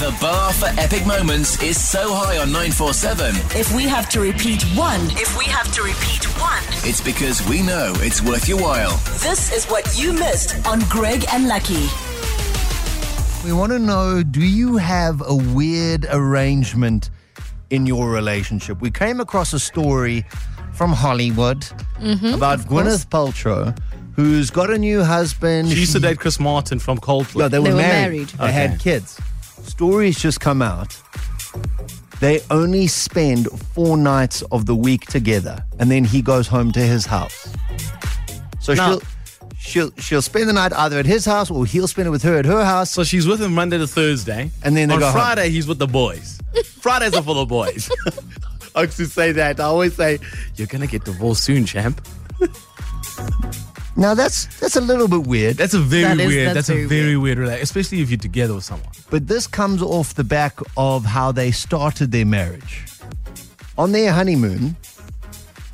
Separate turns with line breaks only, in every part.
The bar for epic moments is so high on 947,
If we have to repeat one,
If we have to repeat one,
it's because we know it's worth your while.
this is what you missed on Greg and Lucky.
We want to know do you have a weird arrangement in your relationship? We came across a story from Hollywood about Gwyneth Paltrow, who's got a new husband.
She used to
She-
date Chris Martin from Coldplay.
No, they, were,
were
married.
married.
They had kids. Stories just come out. They only spend four nights of the week together, and then he goes home to his house. So
No.
she'll she'll she'll spend the night either at his house or he'll spend it with her at her house.
so she's with him Monday to Thursday,
And then they
on
go home.
Friday he's with the boys. Fridays are full of boys. I used to say that. I always say, "You're gonna get divorced soon, champ."
Now that's that's a little bit weird.
That's a very
That is-
weird. That's,
that's
a
very
very weird, relationship, especially if you're together with someone.
But this comes off the back of how they started their marriage. On their honeymoon,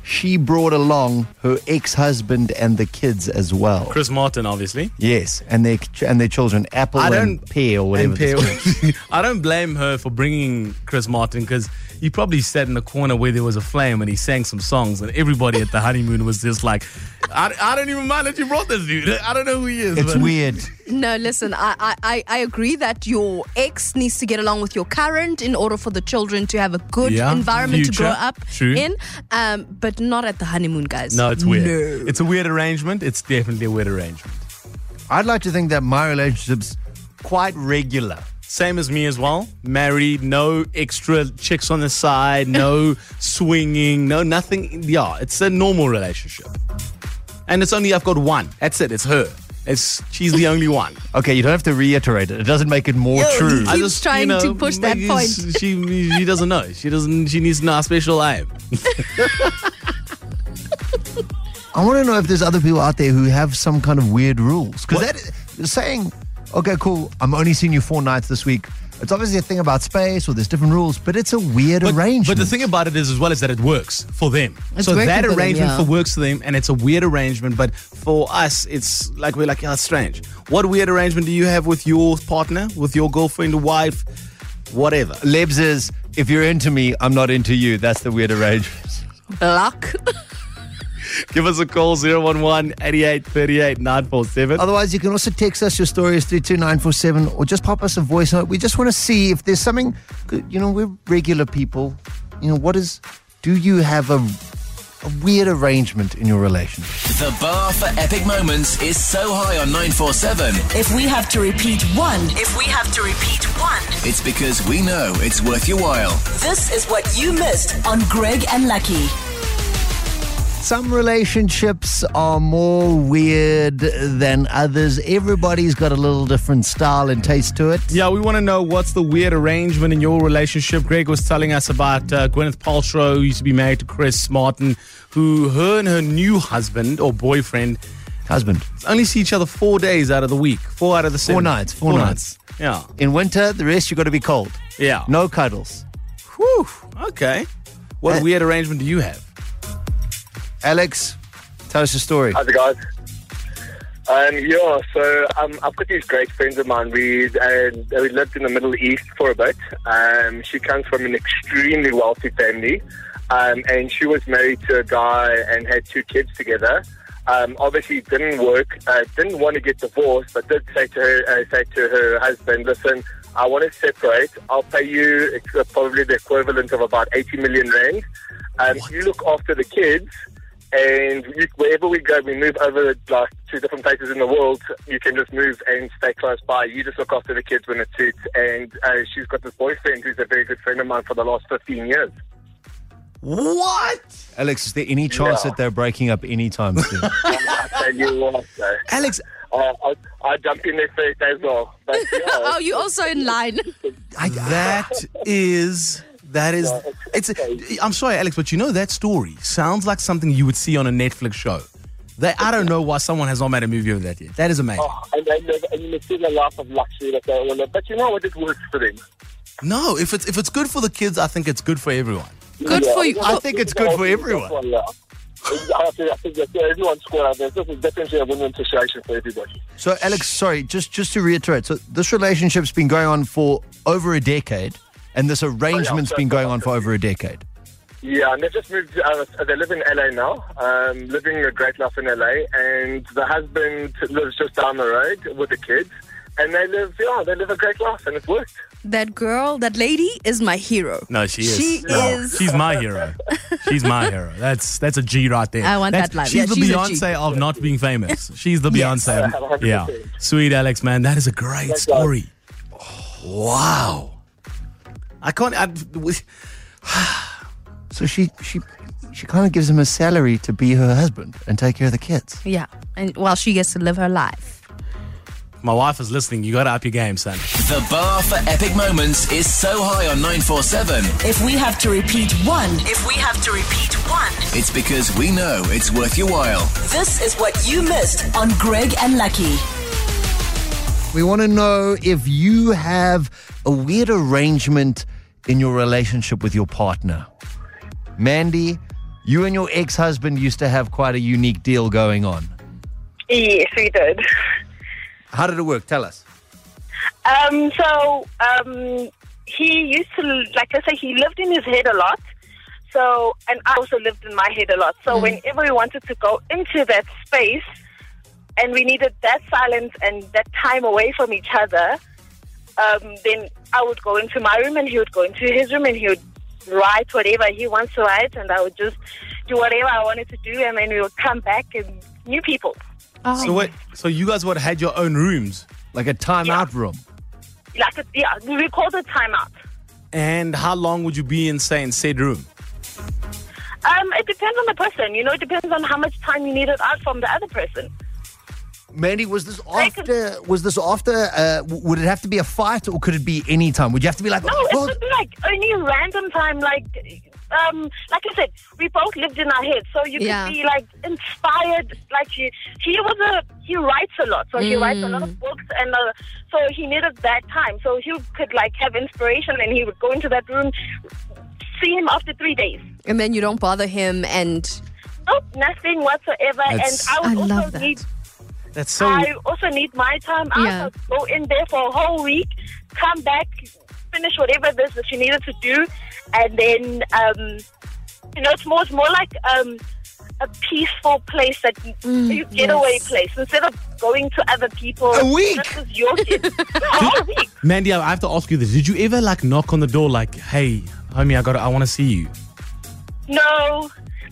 she brought along her ex-husband and the kids as well.
Chris Martin, obviously.
Yes, and their and their children, Apple and Pear or whatever.
and
this-
pear. I don't blame her for bringing Chris Martin because he probably sat in the corner where there was a flame and he sang some songs, and everybody at the honeymoon was just like, I, I don't even mind that you brought this dude. I don't know who he is.
It's
but-
weird.
No, listen, I, I, I- I agree that your ex needs to get along with your current in order for the children to have a good
Yeah.
environment to grow
Future.
up
True.
in, um, but not at the honeymoon, guys.
No, it's weird. It's a weird arrangement. It's definitely a weird arrangement.
I'd like to think that my relationship's quite regular.
Same as me as well. Married, no extra chicks on the side, no swinging, no nothing. Yeah, it's a normal relationship. And it's only I've got one. That's it. It's her. It's she's the only one.
Okay, you don't have to reiterate it. It doesn't make it more true.
keeps trying to push that
maybe
point.
She she doesn't know. She doesn't. She needs to know how special I am.
I want to know if there's other people out there who have some kind of weird rules. Because that saying, okay, cool, I'm only seeing you four nights this week. It's obviously a thing about space or there's different rules, but it's a weird
But-
arrangement.
But the thing about it is, as well, is that it works for them.
It's
so
working
that
for them,
arrangement
yeah.
for works for them, and it's a weird arrangement. But for us, it's like we're like, yeah, it's strange. What weird arrangement do you have with your partner, with your girlfriend, wife, whatever?
Lebs is, if you're into me, I'm not into you. That's the weird arrangement.
Block.
Give us a call 011 88 38 947.
Otherwise, you can also text us your stories 32947 or just pop us a voice note. We just want to see if there's something, you know, we're regular people. You know, what is, do you have a, a weird arrangement in your relationship?
The bar for epic moments is so high on 947,
If we have to repeat one,
if we have to repeat one,
it's because we know it's worth your while.
this is what you missed on Greg and Lucky.
Some relationships are more weird than others. Everybody's got a little different style and taste to it.
Yeah, we want to know what's the weird arrangement in your relationship. Greg was telling us about uh, Gwyneth Paltrow, who used to be married to Chris Martin, who her and her new husband or boyfriend
Husband,
only see each other four days out of the week, four out of the seven.
nights, four nights.
Yeah.
in winter, the rest you got to be cold.
Yeah.
No cuddles.
Whew. Okay. What
Uh,
weird arrangement do you have?
Alex, tell us your story.
How's it going? Um, yeah, so um, I've got these great friends of mine. We uh, we lived in the Middle East for a bit. Um, she comes from an extremely wealthy family, um, and she was married to a guy and had two kids together. Um, obviously, didn't work, uh, didn't want to get divorced, but did say to her, uh, say to her husband, "Listen, I want to separate. I'll pay you it's probably the equivalent of about eighty million rand. Um, you look after the kids." and you, wherever we go, we move over like to different places in the world. You can just move and stay close by. You just look after the kids when it suits. And uh, she's got this boyfriend who's a very good friend of mine for the last 15 years.
What?
Alex, is there any chance
Yeah.
that they're breaking up anytime soon?
I tell you what, though.
Alex,
I, I, I jump in their face as well. But yeah,
oh, you also in line.
that is. That is, it's. I'm sorry, Alex, but you know that story sounds like something you would see on a Netflix show. They, I don't know why someone has not made a movie of that yet. That is amazing.
oh, and they live and you see the life of luxury that they all live. But you know what? It works for them.
No, if it's if it's good for the kids, I think it's good for everyone.
Good for you.
I think it's good for everyone.
Yeah. I think, I think that everyone's scored out there. This is definitely a win-win situation for everybody.
So, Alex, sorry, just just to reiterate, so this relationship's been going on for over a decade, and this arrangement's
so-
been going on for over a decade.
Yeah, and they just moved. Uh, they live in LA now, um, living a great life in LA. And the husband lives just down the road with the kids, and they live. Yeah, they live a great life, and it's worked.
That girl, that lady is my hero.
No, she is.
She
No,
is.
She's my hero. She's my hero. That's that's a G right there.
I want
That's-
that life.
She's
Yeah,
the
she's a
Beyonce of not being famous. She's the Beyonce. of- yeah.
100%.
Sweet Alex, man. That is a great story.
Wow. I can't. I,
So she she she kind of gives him a salary to be her husband and take care of the kids.
Yeah, and while she gets to live her life.
My wife is listening. You got to up your game, son.
The bar for epic moments is so high on 947,
If we have to repeat one,
If we have to repeat one,
it's because we know it's worth your while.
this is what you missed on Greg and Lucky.
We want to know if you have a weird arrangement in your relationship with your partner. Mandy, you and your ex-husband used to have quite a unique deal going on.
Yes, we did.
How did it work? Tell us.
Um, so um, he used to, like I say, he lived in his head a lot. So, and I also lived in my head a lot. So, whenever we wanted to go into that space, and we needed that silence and that time away from each other, um, then I would go into my room and he would go into his room and he would write whatever he wants to write, and I would just do whatever I wanted to do, and then we would come back and new people.
Oh.
so wait. So you guys would have had your own rooms,
Like a timeout room.
Like, a, yeah, we called it timeout.
and how long would you be in say in said room?
Um, it depends on the person. You know, it depends on how much time you needed out from the other person.
Mandy, was this
I could-
after? Was this after? Uh, w- would it have to be a fight, or could it be any time? Would you have to be like,
No,
"Oh,
it
well,
could be like only random time. Like, um, like I said, we both lived in our heads, so you
Yeah.
could be like inspired. Like he, he was a he writes a lot, so he writes a lot
Mm.
of books, and uh, so he needed that time. So he could like have inspiration, and he would go into that room, see him after three days.
And then you don't bother him, and
Nope, nothing whatsoever.
That's-
and I
I
would
love
also
that.
need
That's so.
I also need my time out.
Yeah.
I'll Go in there for a whole week, come back, finish whatever it is that she needed to do, and then um, you know it's more it's more like um, a peaceful place that you getaway
yes.
place instead of going to other people.
Mm, A week?
This is your kid. no, a whole week.
Mandy, I I have to ask you this: Did you ever like knock on the door, like, "Hey, homie, I got, to I want to see you"?
No.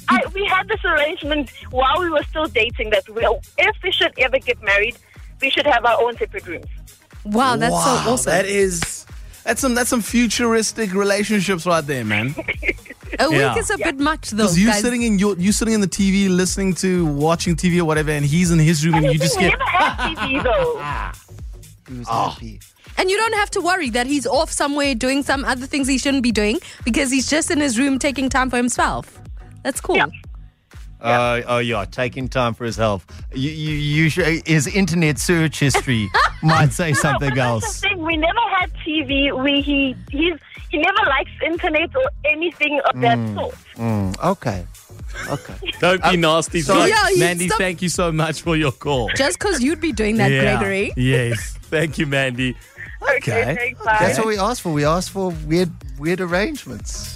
I, we had this arrangement while we were still dating that we, if we should ever get married, we should have our own separate rooms.
wow, Oh, that's so awesome.
That is. That's some that's some futuristic relationships right there, man.
a week
yeah.
is a bit much, though.
Because you
guys.
sitting in your you sitting in the TV, listening to watching TV or whatever, and he's in his room, and you just
we
get
never had TV though.
he was happy."
and you don't have to worry that he's off somewhere doing some other things he shouldn't be doing because he's just in his room taking time for himself. That's cool.
Yeah.
Uh, oh yeah, taking time for his health. You, you, you sh- his internet search history might say something
Well,
else.
That's the thing. We never had TV. We he he's he never likes internet or anything of that
Mm.
sort.
Okay, okay.
Don't be nasty, son.
sorry. Yeah, you
Mandy,
stop-
thank you so much for your call.
Just because you'd be doing that,
Yeah.
Gregory.
Yes. Thank you, Mandy.
Okay.
thanks, bye.
That's what we asked for. We asked for weird, weird arrangements.